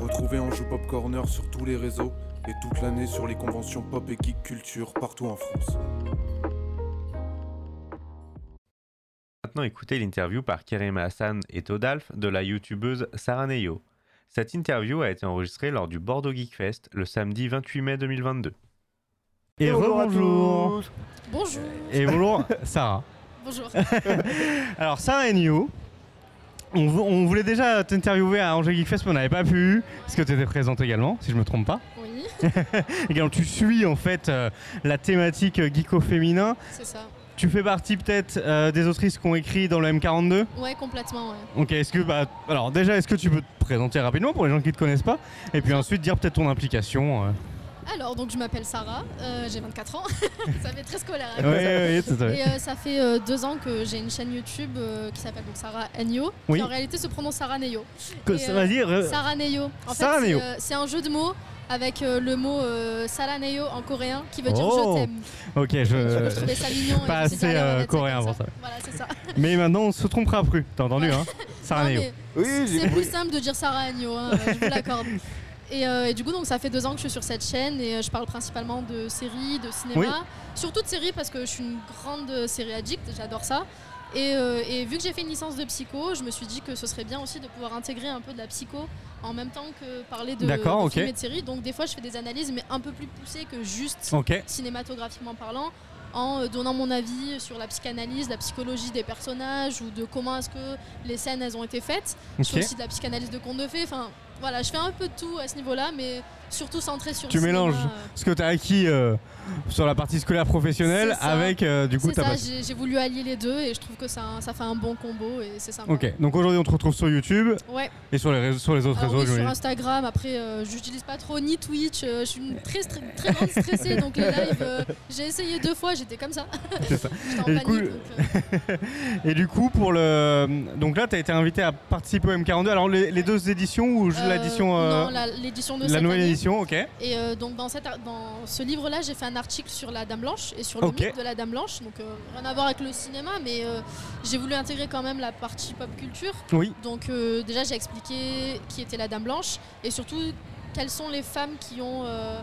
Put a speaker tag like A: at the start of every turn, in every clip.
A: Retrouvez Anjou Pop Corner sur tous les réseaux et toute l'année sur les conventions pop et geek culture partout en France.
B: Maintenant, écoutez l'interview par Kerem Hassan et Todalf de la youtubeuse Sarah Neyo. Cette interview a été enregistrée lors du Bordeaux Geek Fest le samedi 28 mai 2022.
C: Et bonjour
D: Bonjour.
C: Et bonjour Sarah.
D: Bonjour.
C: Alors Sarah et New, on, vou- on voulait déjà t'interviewer à Angers Geek Fest mais on n'avait pas pu, parce que tu étais présente également, si je me trompe pas.
D: Oui,
C: Également tu suis en fait euh, la thématique euh, geeko féminin.
D: c'est ça.
C: Tu fais partie peut-être euh, des autrices qui ont écrit dans le M42.
D: Ouais, complètement, ouais.
C: Ok, est-ce que bah alors déjà est-ce que tu peux te présenter rapidement pour les gens qui ne te connaissent pas et puis ensuite dire peut-être ton implication. euh.
D: Alors, donc je m'appelle Sarah, euh, j'ai 24 ans, ça fait très scolaire. hein.
C: Ouais, ouais, ouais, ouais.
D: Et euh, ça fait euh, deux ans que j'ai une chaîne YouTube euh, qui s'appelle donc Sarah Agno,
C: Oui.
D: qui en réalité se prononce Sarah Neyo.
C: Que-
D: et,
C: ça
D: euh,
C: va dire euh,
D: Sarah Neyo. En
C: Sarah
D: fait, c'est,
C: Neyo.
D: euh, c'est un jeu de mots avec euh, le mot euh, Sarah Neyo en coréen qui veut dire
C: Oh.
D: je t'aime.
C: Ok, je,
D: Je trouvais ça mignon. et
C: pas
D: je me suis dit,
C: assez,
D: allez, on va
C: euh,
D: mettre
C: coréen
D: comme
C: pour ça.
D: Voilà, c'est ça.
C: Mais maintenant, on se trompera plus. T'as entendu, hein Sarah
D: Non,
C: Neo.
D: mais
E: Oui, j'ai
D: C'est plus simple de dire Sarah Agno, hein, euh, je vous l'accorde. Et, euh, et du coup, donc, ça fait deux ans que je suis sur cette chaîne et euh, je parle principalement de séries, de cinéma.
C: Oui.
D: Surtout de séries parce que je suis une grande euh, série addict, j'adore ça. Et, euh, et vu que j'ai fait une licence de psycho, je me suis dit que ce serait bien aussi de pouvoir intégrer un peu de la psycho en même temps que parler de,
C: D'accord,
D: de
C: ok.
D: films et de séries. Donc des fois, je fais des analyses, mais un peu plus poussées que juste
C: Ok.
D: cinématographiquement parlant, en euh, donnant mon avis sur la psychanalyse, la psychologie des personnages ou de comment est-ce que les scènes elles ont été faites. Je
C: Ok.
D: fais aussi de la psychanalyse de contes de fées. Enfin, voilà, je fais un peu de tout à ce niveau-là, mais surtout centré sur.
C: Tu
D: le cinéma,
C: mélanges.
D: euh.
C: Ce que t'as acquis euh, sur la partie scolaire professionnelle
D: C'est ça.
C: avec, euh, du coup,
D: C'est
C: t'as
D: ça,
C: pas...
D: j'ai j'ai voulu allier les deux et je trouve que ça, ça fait un bon combo et c'est sympa.
C: Ok, donc aujourd'hui on te retrouve sur YouTube
D: Ouais,
C: et sur les, réseaux- sur les autres
D: alors Ah oui,
C: réseaux.
D: sur
C: j'imagine.
D: Instagram, après, euh, j'utilise pas trop ni Twitch, euh, je suis une très, stre- très grande stressée, donc les lives, euh, j'ai essayé deux fois, j'étais comme ça.
C: C'est ça.
D: J'étais en
C: Et du
D: panique.
C: coup,
D: donc, euh,
C: Et du coup, pour le. Donc là, t'as été invité à participer au M42. Alors les, les deux éditions ou juste
D: euh,
C: l'édition. euh,
D: non, la- l'édition de
C: la
D: cette
C: nouvelle
D: année.
C: édition, ok.
D: Et euh, donc dans, cette, ar- dans ce livre-là, j'ai fait un article sur la Dame Blanche et sur le
C: Ok.
D: mythe de la Dame Blanche. Donc euh, rien à voir avec le cinéma, mais euh, j'ai voulu intégrer quand même la partie pop culture.
C: Oui.
D: Donc euh, déjà, j'ai expliqué qui était la Dame Blanche et surtout quelles sont les femmes qui ont... euh,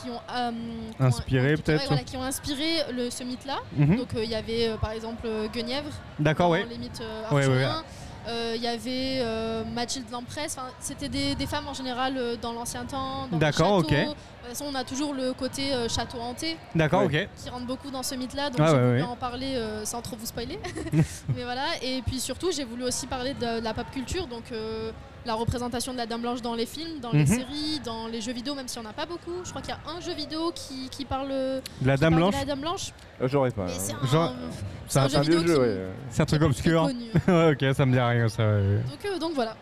D: qui ont euh, qui ont-
C: Inspiré,
D: ouais,
C: peut-être.
D: voilà, qui ont inspiré le, ce mythe-là.
C: Mhm.
D: Donc euh, il y avait euh, par exemple euh, Guenièvre,
C: D'accord,
D: dans
C: ouais.
D: les mythes euh,
C: Ouais, ouais, ouais.
D: arthuriens. Euh, Il y avait euh, Mathilde l'Empresse. Enfin, C'était des, des femmes en général euh, dans l'ancien temps. dans le
C: D'accord,
D: château.
C: ok.
D: De toute façon, on a toujours le côté euh, château hanté
C: D'accord, ok.
D: qui rentre beaucoup dans ce mythe-là. Donc
C: Ah,
D: j'ai
C: ouais,
D: voulu
C: ouais.
D: en parler euh, sans trop vous spoiler. Mais voilà. Et puis surtout, j'ai voulu aussi parler de, de la pop culture. Donc euh, la représentation de la Dame Blanche dans les films, dans les
C: Mhm.
D: séries, dans les jeux vidéo, même si on n'a pas beaucoup. Je crois qu'il y a un jeu vidéo qui, qui parle, qui
C: La Dame
D: parle
C: Blanche,
D: de la Dame Blanche.
E: Euh, J'aurais pas. hein.
D: Mais c'est un,
C: Genre,
D: c'est
C: un-
D: un jeu
E: Ah, un
D: vidéo
E: vieux jeu,
D: qui-
E: ouais.
C: c'est un truc
D: qui est
C: obscur.
D: connu.
C: Ouais, ok, ça me dit rien, ça. ouais, ouais.
D: Donc, euh, donc voilà.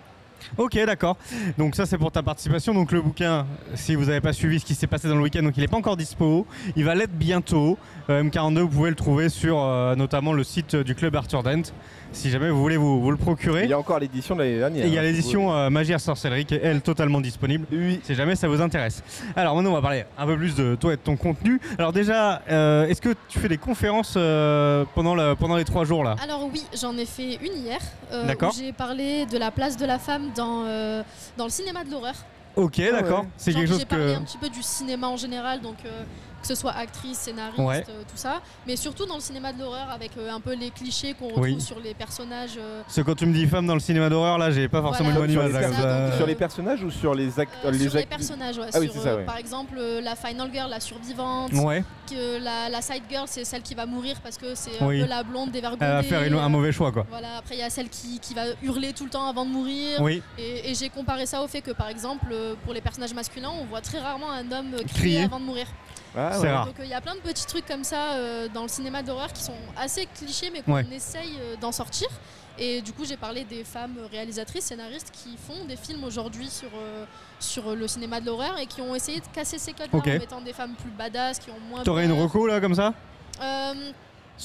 C: Ok, d'accord. Donc ça, c'est pour ta participation. Donc le bouquin, si vous n'avez pas suivi ce qui s'est passé dans le week-end, donc il n'est pas encore dispo. Il va l'être bientôt. Euh, M42, vous pouvez le trouver sur euh, notamment le site euh, du club Arthur Dent. Si jamais vous voulez vous, vous le procurer.
E: Il y a encore l'édition de l'année dernière.
C: Et il y a
E: hein,
C: l'édition euh, Magie à sorcellerie qui est elle totalement disponible.
E: si vous voulez. Oui.
C: Si jamais ça vous intéresse. Alors maintenant on va parler un peu plus de toi et de ton contenu. Alors déjà, euh, est-ce que tu fais des conférences euh, pendant, le- pendant les trois jours là
D: Alors oui, j'en ai fait une hier. euh,
C: D'accord.
D: où J'ai parlé de la place de la femme dans, euh, dans le cinéma de l'horreur.
C: Ok,
E: ouais.
C: d'accord. C'est
D: Ah Genre,
C: quelque chose
D: J'ai parlé
C: que...
D: un petit peu du cinéma en général, donc euh, que ce soit actrice, scénariste,
C: Ouais.
D: euh, tout ça. Mais surtout dans le cinéma de l'horreur avec euh, un peu les clichés qu'on retrouve
C: Oui.
D: sur les personnages. euh,
C: Parce que quand tu me dis femme dans le cinéma d'horreur, là, j'ai pas forcément
D: Voilà.
C: une bonne
E: Sur
C: image.
E: les
C: là, comme
D: personnages,
C: ça.
D: donc,
E: Sur les personnages ou sur les actes
D: euh, sur les
E: actes-
D: personnages, ouais,
E: Ah oui,
D: sur,
E: c'est ça,
D: euh,
E: ouais.
D: par exemple euh, la final girl, la survivante,
C: Ouais,
D: que la, la side girl, c'est celle qui va mourir parce que c'est
C: Oui.
D: un peu la blonde dévergondée.
C: elle va faire une- un mauvais choix, quoi.
D: Voilà, après il y a celle qui, qui va hurler tout le temps avant de mourir.
C: Oui,
D: Et, et j'ai comparé ça au fait que, par exemple, euh, pour les personnages masculins, on voit très rarement un homme euh, crier,
C: Crier.
D: avant de mourir.
E: Ah,
C: c'est
E: ouais.
C: rare.
D: Donc euh, il y a plein de petits trucs comme ça euh, dans le cinéma d'horreur qui sont assez clichés, mais qu'on
C: Ouais.
D: essaye euh, d'en sortir. Et du coup, j'ai parlé des femmes réalisatrices, scénaristes qui font des films aujourd'hui sur, euh, sur le cinéma de l'horreur et qui ont essayé de casser ces codes-là
C: Ok.
D: en mettant des femmes plus badass, qui ont moins.
C: T'aurais une
D: peur.
C: reco, là, comme ça
D: Euh,
E: Bah,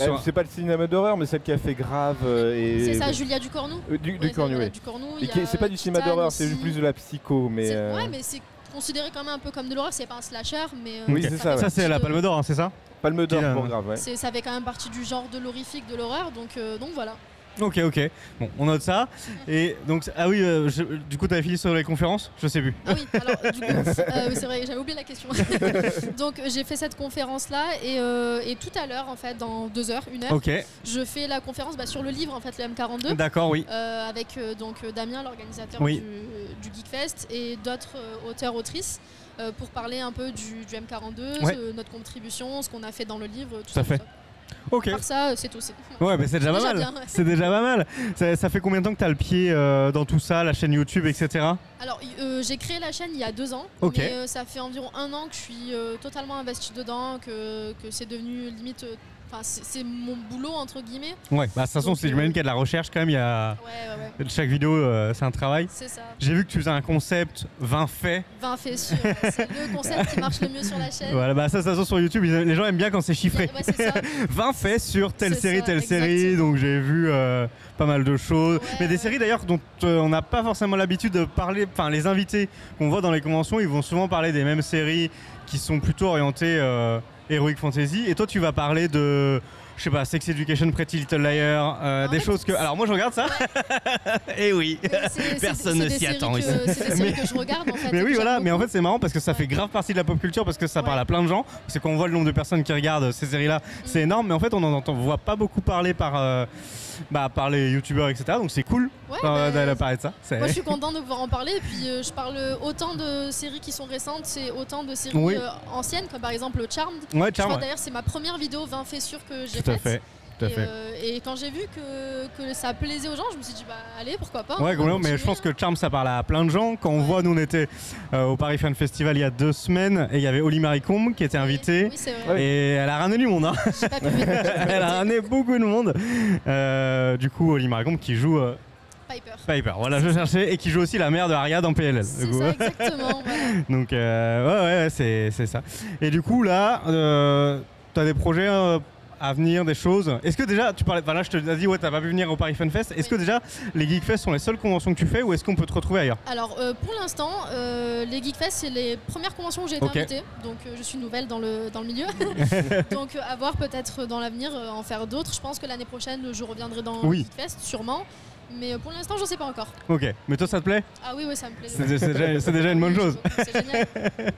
C: Sur-
E: C'est pas le cinéma d'horreur, mais celle qui a fait grave euh, et.
D: C'est ça, Julia Ducornou.
E: Euh, Du, du
D: Ouais,
E: Cornu,
D: voilà,
E: ouais.
D: Ducornu,
E: Et
D: il y
E: qui-
D: a euh,
E: C'est pas du cinéma
D: Titan
E: d'horreur, c'est
D: aussi.
E: plus de la psycho, mais.
D: C'est-
E: euh,
D: Ouais, mais c'est considéré quand même un peu comme de l'horreur, c'est pas un slasher, mais. euh,
E: Oui,
C: Ok.
E: c'est ça,
D: fait
E: ouais.
C: Ça,
D: partie
C: c'est la
D: de-
C: palme d'or, hein, c'est ça
E: Palme
C: Qui, euh,
E: d'or pour grave, ouais.
D: c'est- Ça fait quand même partie du genre de l'horrifique, de l'horreur, donc, euh, donc voilà.
C: Ok, ok. Bon, on note ça. Et donc, ah oui, euh, je- du coup, t'avais fini sur les conférences Je sais plus.
D: Ah oui, alors du coup, euh, oui, c'est vrai, j'avais oublié la question. Donc euh, j'ai fait cette conférence-là et, euh, et tout à l'heure, en fait, dans deux heures, une heure,
C: Ok,
D: je fais la conférence bah, sur le livre, en fait, le M42,
C: d'accord, oui.
D: euh, avec euh, donc euh, Damien, l'organisateur
C: Oui.
D: du, du Geekfest, et d'autres euh, auteurs, autrices, euh, pour parler un peu du, du M42,
C: Ouais.
D: ce- notre contribution, ce qu'on a fait dans le livre, tout
C: Tout à
D: ça.
C: fait.
D: tout ça.
C: Ok.
D: À part ça, euh, c'est tout. c'est-
C: Ouais, mais c'est déjà,
D: Déjà
C: pas mal.
D: bien, ouais.
C: C'est déjà pas mal. Ça, ça fait combien de temps que t'as le pied euh, dans tout ça, la chaîne YouTube, etc.
D: Alors, y- euh, j'ai créé la chaîne il y a deux ans,
C: Ok.
D: mais euh, ça fait environ un an que je suis euh, totalement investie dedans, que, que c'est devenu limite. euh, Enfin, c'est c'est mon boulot, entre guillemets.
C: Ouais, bah, de toute façon,
D: Donc,
C: c'est j'imagine
D: euh,
C: qu'il y a de la recherche quand même. Il y a...
D: Ouais, ouais, ouais.
C: Chaque vidéo, euh, c'est un travail.
D: C'est ça.
C: J'ai vu que tu faisais un concept 20 faits.
D: 20 faits sûrs. euh, c'est le concept qui marche le mieux sur la chaîne.
C: Voilà, bah ça, de toute façon, sur YouTube, ils- les gens aiment bien quand c'est
D: Y a-
C: chiffré.
D: ouais, c'est ça.
C: 20 faits sur telle
D: C'est
C: série,
D: ça,
C: telle série.
D: exactement.
C: Donc j'ai vu euh, pas mal de choses.
D: Ouais,
C: Mais des
D: ouais.
C: séries d'ailleurs dont euh, on n'a pas forcément l'habitude de parler. Enfin, les invités qu'on voit dans les conventions, ils vont souvent parler des mêmes séries qui sont plutôt orientées euh, Heroic Fantasy. Et toi, tu vas parler de. Je sais pas, Sex Education, Pretty Little Liars, euh,
D: En
C: des
D: fait,
C: choses que. Alors moi, je regarde ça. Et oui.
D: Et c'est- c'est-
C: Personne
D: c'est
C: ne
D: des
C: s'y
D: séries
C: attend
D: que-
C: ici.
D: C'est des séries que je regarde en fait. et
C: Mais
D: que
C: oui,
D: j'aime
C: voilà,
D: beaucoup.
C: mais en fait c'est marrant parce que ça
D: Ouais.
C: fait grave partie de la pop culture parce que ça
D: Ouais. Mm.
C: parle à plein de gens. C'est qu'on voit le nombre de personnes qui regardent ces séries-là, c'est énorme, mais en fait on en entend, on voit pas beaucoup parler par, euh, bah, par les youtubeurs, etc. Donc c'est cool
D: Ouais,
C: euh,
D: bah,
C: d'aller parler de ça. C'est-
D: Moi, je suis content de pouvoir en parler. Et puis, euh, je parle autant de séries qui sont récentes, c'est autant de séries
C: Oui.
D: euh, anciennes, comme par exemple Charmed.
C: Ouais,
D: Je crois
C: charme.
D: d'ailleurs, c'est ma première vidéo 20 faits sûrs que j'ai
C: Tout à
D: faite.
C: fait. Tout à
D: et,
C: fait.
D: euh, et quand j'ai vu que, que ça plaisait aux gens, je me suis dit, bah allez, pourquoi pas. on
C: Ouais,
D: va
C: complètement, mais
D: continuer,
C: je pense
D: hein.
C: que Charm ça parle à plein de gens. Quand on voit, nous on était euh, au Paris Fan Festival il y a deux semaines et il y avait Oli Maricombe qui était invitée
D: Oui, c'est
E: Ouais.
D: vrai.
C: et elle a ramené du monde. hein.
D: J'ai pas pu- j'ai pas pu-
C: elle a ramené beaucoup de monde. Euh, du coup, Oli Maricombe qui joue euh,
D: Piper.
C: Piper, voilà, je cherchais, et qui joue aussi la mère de Arya dans PLL.
D: C'est
C: du coup.
D: ça, exactement. voilà.
C: euh, Donc, euh, ouais, ouais, ouais, c'est, c'est ça. Et du coup, là, euh, t'as des projets euh, à venir, des choses. Est-ce que déjà, tu parlais, enfin là, je te l'ai dit, ouais, t'as pas pu venir au Paris Fun Fest. Est-ce que
D: Oui.
C: déjà, les Geek Fest sont les seules conventions que tu fais ou est-ce qu'on peut te retrouver ailleurs
D: Alors, euh, pour l'instant, euh, les Geekfest, c'est les premières conventions où j'ai été
C: Ok.
D: invitée. Donc, euh, je suis nouvelle dans le, dans le milieu. donc, euh, à voir peut-être dans l'avenir euh, en faire d'autres. Je pense que l'année prochaine, je reviendrai dans
C: Oui.
D: les Geekfest, sûrement. Mais euh, pour l'instant, je sais pas encore.
C: Ok, mais toi, ça te plaît
D: Ah oui, oui, ça me plaît.
C: c'est, c'est déjà, c'est déjà une bonne chose.
D: C'est génial.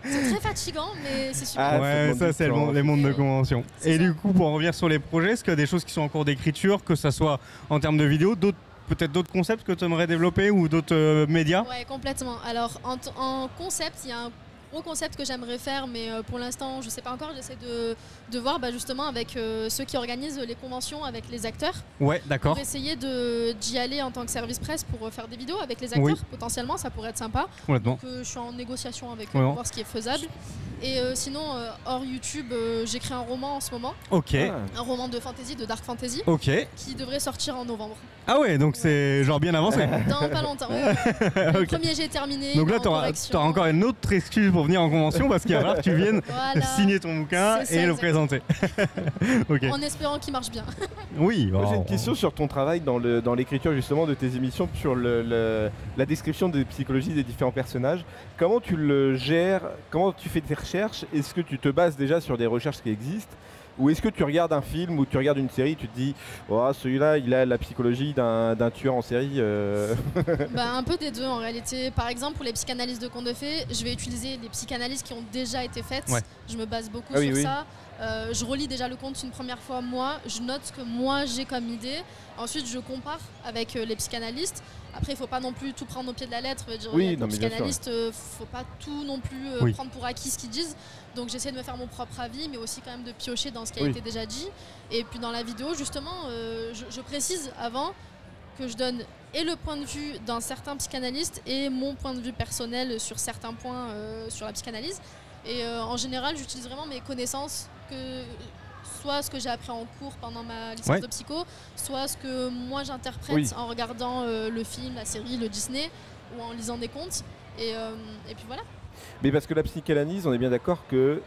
D: C'est très fatigant, mais c'est super.
E: Ah, c'est le
C: ouais,
E: monde
C: ça,
E: du
C: c'est le
E: temps.
C: monde- les mondes de conventions.
D: C'est
C: Et
D: ça.
C: du coup, pour en revenir sur les projets, est-ce qu'il y a des choses qui sont en cours d'écriture, que ça soit en termes de vidéos, d'autres, peut-être d'autres concepts que tu aimerais développer ou d'autres euh, médias
D: Ouais, complètement. Alors, en, t- en concept, il y a un gros concept que j'aimerais faire, mais euh, pour l'instant, je sais pas encore. J'essaie de, de voir bah, justement avec euh, ceux qui organisent les conventions avec les acteurs
C: Ouais, d'accord.
D: pour essayer de- d'y aller en tant que service presse pour euh, faire des vidéos avec les acteurs.
C: Oui.
D: Potentiellement, ça pourrait être sympa.
C: Complètement.
D: Donc, euh, je suis en négociation avec eux
C: Ouais,
D: pour voir ce qui est faisable. Et euh, sinon, euh, hors YouTube, euh, j'écris un roman en ce moment,
C: Ok.
E: Ah.
D: un roman de fantasy, de dark fantasy,
C: Ok.
D: qui devrait sortir en novembre.
C: Ah ouais, donc c'est genre bien avancé.
D: Dans pas longtemps. Le
C: Ok.
D: premier, j'ai terminé.
C: Donc
D: il est
C: là,
D: en
C: t'auras
D: correction.
C: t'auras encore une autre excuse pour venir en convention parce qu'il va falloir que tu viennes
D: Voilà.
C: signer ton bouquin et
D: C'est ça,
C: le
D: exactement.
C: présenter. ok.
D: en espérant qu'il marche bien.
C: Oui.
E: Moi, J'ai
C: bon.
E: une question sur ton travail dans le- dans l'écriture justement de tes émissions sur le- le- la description des psychologies des différents personnages. Comment tu le gères Comment tu fais tes recherches Est-ce que tu te bases déjà sur des recherches qui existent ou est-ce que tu regardes un film ou tu regardes une série, tu te dis, oh, celui-là, il a la psychologie d'un d'un tueur en série. euh.
D: Bah, un peu des deux en réalité. Par exemple, pour les psychanalyses de contes de fées, je vais utiliser les psychanalyses qui ont déjà été faites.
C: Ouais.
D: Je me base beaucoup
E: Ah oui,
D: sur
E: oui.
D: ça. Euh, je relis déjà le conte une première fois moi. Je note ce que moi j'ai comme idée. Ensuite, je compare avec euh, les psychanalystes. Après, il faut pas non plus tout prendre au pied de la lettre. Je veux dire,
E: Oui,
D: il y a des
E: non, mais bien sûr.
D: psychanalystes, euh, faut pas tout non plus euh,
C: Oui.
D: prendre pour acquis ce qu'ils disent. Donc, j'essaie de me faire mon propre avis, mais aussi quand même de piocher dans ce qui a
E: Oui.
D: été déjà dit. Et puis dans la vidéo, justement, euh, je, je précise avant que je donne et le point de vue d'un certain psychanalyste et mon point de vue personnel sur certains points euh, sur la psychanalyse. Et euh, en général, j'utilise vraiment mes connaissances, que soit ce que j'ai appris en cours pendant ma licence
C: Ouais.
D: de psycho, soit ce que moi j'interprète
E: Oui.
D: en regardant euh, le film, la série, le Disney ou en lisant des contes. Et, euh, et puis voilà.
E: Mais parce que la psychanalyse, on est bien d'accord que.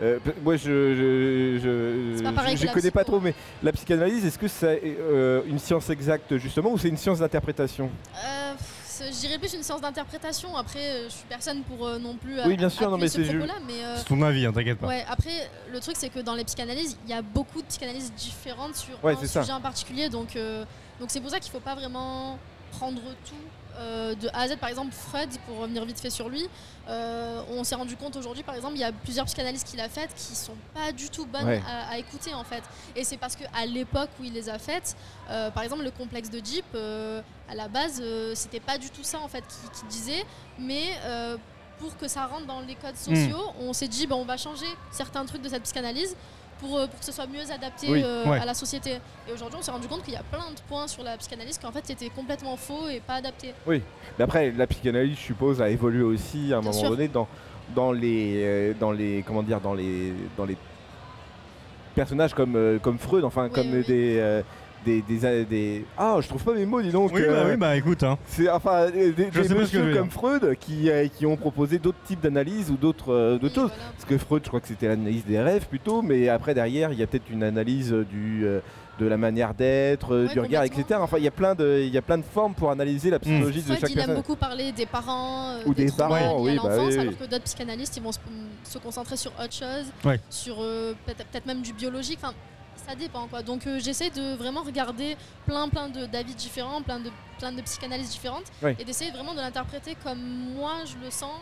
E: euh, p- moi, je je, je,
D: C'est pas pareil
E: je-
D: que
E: je
D: la
E: connais pas
D: psycho.
E: trop, mais la psychanalyse, est-ce que c'est euh, une science exacte justement ou c'est une science d'interprétation
D: Euh, pff, séance, je dirais plus une séance d'interprétation. Après, euh, je suis personne pour euh, non plus.
E: Oui, bien sûr, non,
D: appuyer
E: mais
D: ce
E: c'est ju-
D: propos-là, mais, euh,
C: C'est ton avis, hein, t'inquiète pas.
D: Ouais, après, le truc, c'est que dans les psychanalyses, il y a beaucoup de psychanalyses différentes sur
E: Ouais,
D: un
E: c'est
D: sujet
E: ça.
D: en particulier. Donc, euh, donc c'est pour ça qu'il faut pas vraiment prendre tout euh, de A à Z. Par exemple, Freud, pour revenir vite fait sur lui, euh, on s'est rendu compte aujourd'hui, par exemple, il y a plusieurs psychanalyses qu'il a faites qui sont pas du tout bonnes
E: Ouais.
D: à, à écouter, en fait. Et c'est parce qu'à l'époque où il les a faites, euh, par exemple, le complexe de Jeep, euh, à la base, euh, c'était pas du tout ça, en fait, qu'il qu'il disait. Mais euh, pour que ça rentre dans les codes sociaux, on s'est dit, bah, on va changer certains trucs de cette psychanalyse pour, euh, pour que ce soit mieux adapté
E: Oui,
D: euh,
C: ouais.
D: à la société. Et aujourd'hui, on s'est rendu compte qu'il y a plein de points sur la psychanalyse qui, en fait, étaient complètement faux et pas adaptés.
E: Mais après, la psychanalyse, je suppose, a évolué aussi à un
D: Bien
E: moment
D: sûr.
E: donné dans, dans les, euh, dans les, comment dire, dans les, dans les personnages comme, euh, comme Freud, enfin
D: Oui,
E: comme
D: oui, oui.
E: des, euh, des, des, euh, des- ah, je trouve pas mes mots, dis donc.
C: Oui, bah,
E: euh,
C: oui, bah écoute, hein.
E: C'est enfin euh, des,
C: sais
E: des
C: pas ce que
E: messieurs
C: je veux dire.
E: comme Freud qui, euh, qui ont proposé d'autres types d'analyses ou d'autres, euh, d'autres
D: Et
E: choses.
D: voilà.
E: Parce que Freud, je crois que c'était l'analyse des rêves plutôt, mais après derrière, il y a peut-être une analyse euh, du, euh, de la manière d'être, euh,
D: Ouais,
E: du regard, etc.
D: complètement.
E: Enfin, il y a plein de, il y a plein de formes pour analyser
C: Mm.
E: la psychologie de
D: Freud,
E: chaque
D: il aime
E: personne.
D: beaucoup parler des parents, euh,
E: Ou des
D: traumas
E: parents,
D: liés à
E: oui, bah
D: l'enfance,
E: oui, oui.
D: alors que d'autres psychanalystes, ils vont se, se concentrer sur autre chose,
C: Ouais.
D: sur euh, peut-être peut-être même du biologique. Enfin, ça dépend quoi. Donc euh, j'essaie de vraiment regarder plein plein de d'avis différents, plein de plein de psychanalyses différentes,
E: Ouais.
D: et d'essayer vraiment de l'interpréter comme moi je le sens,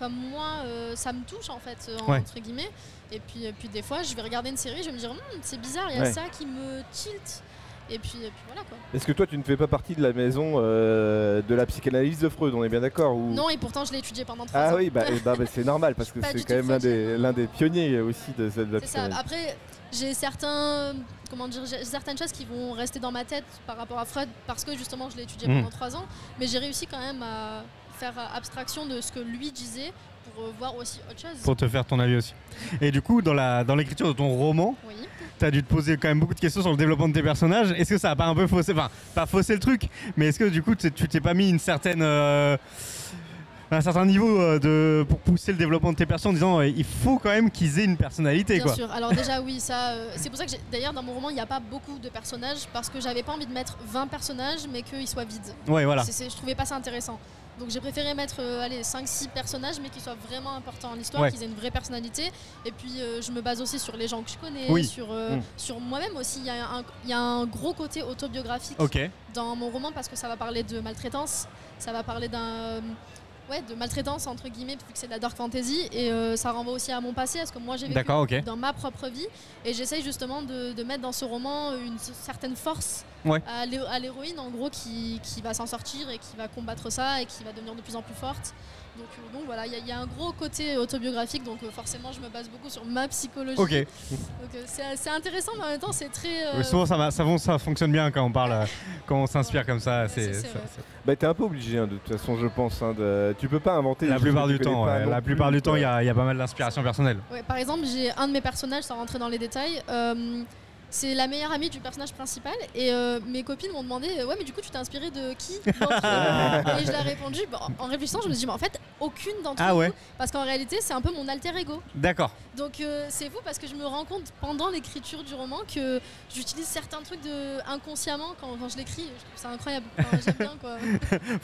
D: comme moi euh, ça me touche en fait euh,
C: Ouais.
D: entre guillemets. Et puis et puis des fois je vais regarder une série, je vais me dire Hum, c'est bizarre, il y a
E: Ouais.
D: ça qui me tilt. Et puis, et puis voilà quoi.
E: Est-ce que toi, tu ne fais pas partie de la maison euh, de la psychanalyse de Freud On est bien d'accord ou...
D: Non, et pourtant je l'ai étudié pendant trois ans.
E: Ah oui, bah, eh ben, bah, c'est normal parce que
D: Pas
E: c'est
D: du
E: quand
D: tout
E: même l'un
D: Freud,
E: des,
D: non.
E: l'un des pionniers aussi de, de la
D: C'est ça.
E: psychanalyse.
D: Après, j'ai certains, euh, comment dire, j'ai certaines choses qui vont rester dans ma tête par rapport à Freud parce que justement je l'ai étudié
C: Mm.
D: pendant trois ans, mais j'ai réussi quand même à faire abstraction de ce que lui disait pour euh, voir aussi autre chose.
C: Pour te faire ton avis aussi. Et du coup, dans la dans l'écriture de ton roman,
D: Oui.
C: t'as dû te poser quand même beaucoup de questions sur le développement de tes personnages. Est-ce que ça a pas un peu faussé, enfin, pas faussé le truc, mais est-ce que du coup, t'es- tu t'es pas mis une certaine, euh, un certain niveau euh, de pour pousser le développement de tes personnages en disant, euh, il faut quand même qu'ils aient une personnalité,
D: Bien
C: quoi.
D: sûr. Alors déjà oui, ça, euh, c'est pour ça que j'ai- d'ailleurs dans mon roman il n'y a pas beaucoup de personnages parce que j'avais pas envie de mettre 20 personnages mais qu'ils soient vides.
C: Ouais, voilà.
D: C'est- c'est- je trouvais pas ça intéressant. Donc j'ai préféré mettre euh, allez, 5-6 personnages, mais qui soient vraiment importants dans l'histoire,
C: Ouais.
D: qu'ils aient une vraie personnalité. Et puis euh, je me base aussi sur les gens que je connais,
C: Oui.
D: sur, euh,
E: Mm.
D: sur moi-même aussi. Il y, a un- il y a un gros côté autobiographique
C: Ok.
D: dans mon roman parce que ça va parler de maltraitance, ça va parler d'un. euh, Ouais, de maltraitance entre guillemets, vu que c'est de la dark fantasy, et euh, ça renvoie aussi à mon passé, à ce que moi j'ai vécu
C: D'accord. Ok.
D: dans ma propre vie et j'essaye justement de, de mettre dans ce roman une c- certaine force
C: Ouais.
D: à l'hé- à l'héroïne en gros qui, qui va s'en sortir et qui va combattre ça et qui va devenir de plus en plus forte. Donc, euh, donc voilà, il y, a- il y a un gros côté autobiographique donc euh, forcément je me base beaucoup sur ma psychologie.
C: Ok.
D: Donc euh, c'est assez intéressant mais en même temps c'est très... euh,
C: Mais souvent, ça, va- ça, va- ça fonctionne bien quand on parle, euh, quand on s'inspire comme ça.
D: Ouais,
C: C'est,
D: ça, c'est
C: ça-
D: vrai.
C: c'est-
E: Bah, t'es un peu obligé, hein, de toute façon, je pense. hein, de... Tu peux pas inventer.
C: la
E: des choses
C: plupart
E: que
C: du
E: tu connais
C: temps,
E: pas
C: ouais,
E: non
C: la
E: plus,
C: plupart du temps,
E: quoi.
C: il y, a il y a pas mal d'inspiration personnelle.
D: Ouais, par exemple, j'ai un de mes personnages, sans rentrer dans les détails, euh, c'est la meilleure amie du personnage principal. Et euh, mes copines m'ont demandé euh, Ouais, mais du coup, tu t'es inspirée de qui d'entre eux Et je leur ai répondu bah, en- En réfléchissant, je me suis dit Mais en fait, aucune d'entre
C: Ah
D: eux.
C: ouais.
D: Parce qu'en réalité, c'est un peu mon alter ego.
C: D'accord.
D: Donc, euh, c'est fou parce que je me rends compte pendant l'écriture du roman que j'utilise certains trucs de... inconsciemment quand, quand je l'écris. Je trouve ça incroyable. Enfin, J'aime bien quoi.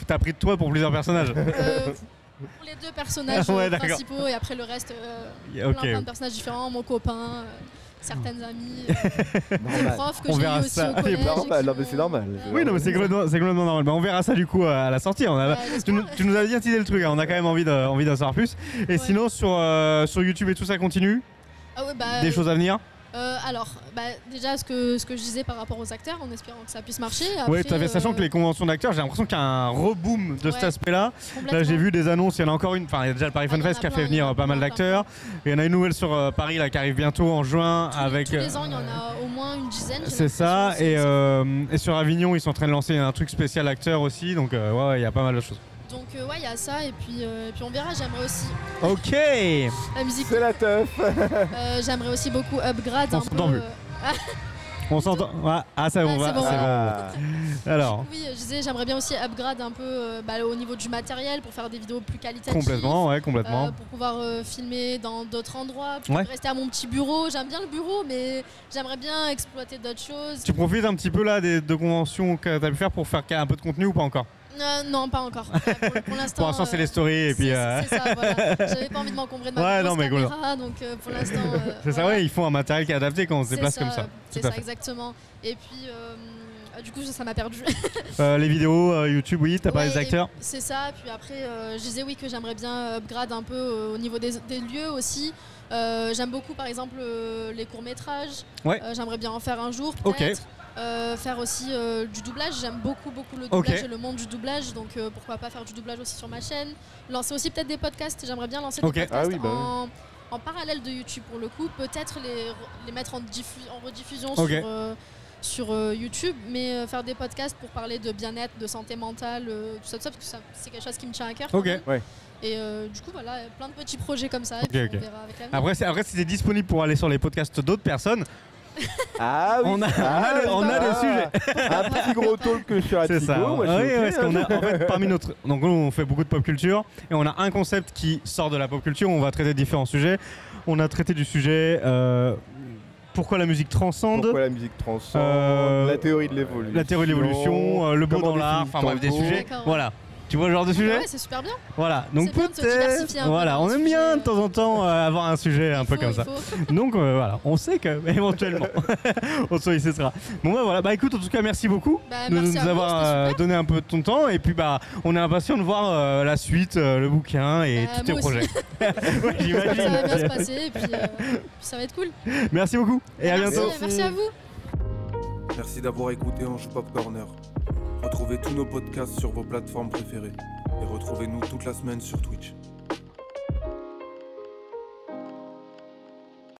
C: T'as pris de toi pour plusieurs personnages.
D: Euh, pour les deux personnages
C: Ah ouais,
D: euh,
C: d'accord.
D: principaux et après le reste. euh,
C: ok.
D: plein, plein de personnages différents, mon copain, euh, certaines amies, euh, des
E: Normal.
D: profs que
C: On
D: j'ai eu
C: verra
D: aussi
C: ça. bah,
D: au collège.
E: normal,
D: et qui
E: non, mais
D: m'ont-
E: c'est normal.
D: Ouais,
C: Oui, non, mais c'est complètement, c'est complètement normal. Bah, on verra ça du coup à la sortie. On a-
D: ouais,
C: Bah, tu, nous,
D: l'espoir.
C: tu nous avais bien teasé le truc, hein. on a quand même envie, de, envie d'en savoir plus. Et
D: Ouais.
C: sinon, sur, euh, sur YouTube et tout, ça continue
D: Ah ouais, bah,
C: Des choses à venir
D: euh, alors, bah, déjà, ce que, ce que je disais par rapport aux acteurs, en espérant que ça puisse marcher.
C: Oui,
D: Après,
C: tout à fait. Sachant
D: euh,
C: que les conventions d'acteurs, j'ai l'impression qu'il y a un reboom de cet
D: Ouais,
C: aspect-là. Là,
D: complètement.
C: bah, j'ai vu des annonces. Il y en a encore une. Enfin, il y a déjà le Paris
D: Ah, il
C: Fun
D: y en a
C: Fest qui a
D: plein,
C: fait
D: il y en
C: venir
D: a
C: euh, pas mal
D: plein,
C: d'acteurs. Il y en a une nouvelle sur euh, Paris là, qui arrive bientôt en juin
D: Tous les-
C: avec.
D: tous les ans, il y
C: euh,
D: en a au moins une dizaine. j'ai
C: C'est ça,
D: l'impression,
C: et,
D: c'est-
C: euh, et sur Avignon, ils sont en train de lancer un truc spécial acteur aussi, donc euh, ouais, ouais, il y a pas mal de choses.
D: Donc, euh, ouais, il y a ça, et puis, euh, et puis on verra. J'aimerais aussi
C: Ok
D: la musique,
E: C'est la teuf.
D: euh, j'aimerais aussi beaucoup upgrade.
C: On
D: un
C: s'entend
D: peu,
C: plus.
D: euh,
C: On s'entend. Ah, ah, ça, on
D: Ah,
C: va.
D: c'est bon.
C: c'est
E: Ah.
C: bon. Alors. hein.
D: Oui, je disais, j'aimerais bien aussi upgrade un peu euh, bah, au niveau du matériel pour faire des vidéos plus qualitatives.
C: Complètement, ouais, complètement.
D: Euh, pour pouvoir euh, filmer dans d'autres endroits, pour
C: Ouais.
D: rester à mon petit bureau. J'aime bien le bureau, mais j'aimerais bien exploiter d'autres choses.
C: Tu profites un petit peu là des deux conventions que tu as pu faire pour faire un peu de contenu ou pas encore
D: Hmm, Euh, non, pas encore. Ouais, pour pour l'instant.
C: Pour l'instant, c'est les
D: euh,
C: stories et puis.
D: c'est-
C: euh,
D: c'est ça, voilà. J'avais pas envie de m'encombrer de ma
C: Ouais,
D: grosse
C: non, mais gros.
D: caméra, donc euh, pour l'instant. euh,
C: C'est ça,
D: voilà.
C: ouais, ils font un matériel qui est adapté quand on se
D: C'est
C: déplace comme ça.
D: C'est
C: Tout à
D: ça,
C: fait.
D: exactement. Et puis, euh, ah, du coup, ça ça m'a perdu.
C: Euh, les vidéos, euh, YouTube, oui, t'as parlé
D: Ouais,
C: des acteurs.
D: et- C'est ça. Puis après, euh, je disais oui que j'aimerais bien upgrade un peu euh, au niveau des, des lieux aussi. Euh, J'aime beaucoup, par exemple, euh, les courts métrages.
C: Ouais.
D: Euh, j'aimerais bien en faire un jour.
C: Ok.
D: peut-être. Euh, faire aussi euh, du doublage. J'aime beaucoup, beaucoup le doublage
C: Ok.
D: et le monde du doublage. Donc euh, pourquoi pas faire du doublage aussi sur ma chaîne. Lancer aussi peut-être des podcasts. J'aimerais bien lancer
C: Ok.
D: des podcasts
E: Ah oui, bah oui.
D: en, en parallèle de YouTube pour le coup. Peut-être les, re- les mettre en, diffu- en rediffusion
C: Ok.
D: sur. euh, sur euh, YouTube, mais euh, faire des podcasts pour parler de bien-être, de santé mentale, euh, tout ça, tout ça, parce que ça, c'est quelque chose qui me tient à cœur. quand
C: Ok.
D: même.
E: Ouais.
D: Et euh, du coup, voilà, euh, plein de petits projets comme ça, et
C: Ok,
D: puis
C: ok.
D: on verra avec l'avenir.
C: Après, c'est- après, si t'es disponible pour aller sur les podcasts d'autres personnes,
E: Ah oui
C: On a- on
E: ah,
C: a le-
E: oui,
C: on a le
E: ah, Un petit gros talk que sur
C: c'est
E: Atigo,
C: ça.
E: Ah, moi, je
C: Ouais,
E: suis
C: ouais,
E: ok,
C: parce
E: hein.
C: qu'on a, en fait, parmi notre. Donc, nous, on fait beaucoup de pop culture et on a un concept qui sort de la pop culture. On va traiter différents sujets. On a traité du sujet euh, pourquoi la musique transcende.
E: Pourquoi la musique transcende
C: Euh,
E: La théorie de l'évolution.
C: la théorie de l'évolution, euh, le beau
E: comment
C: dans l'art,
E: définit
C: enfin bref, des
E: Tango.
C: sujets.
D: D'accord.
C: Voilà. Tu vois le genre de sujet
D: Ouais, c'est super bien.
C: Voilà. Donc
D: bien de se diversifier un
C: peut-être.
D: peu
C: Voilà,
D: dans
C: on
D: les
C: aime bien
D: sujets,
C: de temps en temps euh, avoir un sujet un
D: Il
C: peu
D: faut,
C: comme
D: il
C: ça.
D: faut.
C: Donc euh, voilà, on sait que éventuellement on se sollicitera. Bon bah voilà, bah écoute en tout cas merci beaucoup
D: Bah,
C: de
D: merci
C: nous
D: à vous,
C: avoir
D: c'était
C: euh, donné un peu de ton temps et puis bah on est impatient de voir euh, la suite, euh, le bouquin et
D: Bah,
C: tous tes
D: moi aussi.
C: projets. Ouais,
D: Ça va bien se
C: J'imagine.
D: passer, et puis, euh, puis ça va être cool.
C: Merci beaucoup et à
D: merci,
C: bientôt.
D: Merci à vous.
A: Merci d'avoir écouté Anjou Pop Corner. Retrouvez tous nos podcasts sur vos plateformes préférées et retrouvez-nous toute la semaine sur Twitch.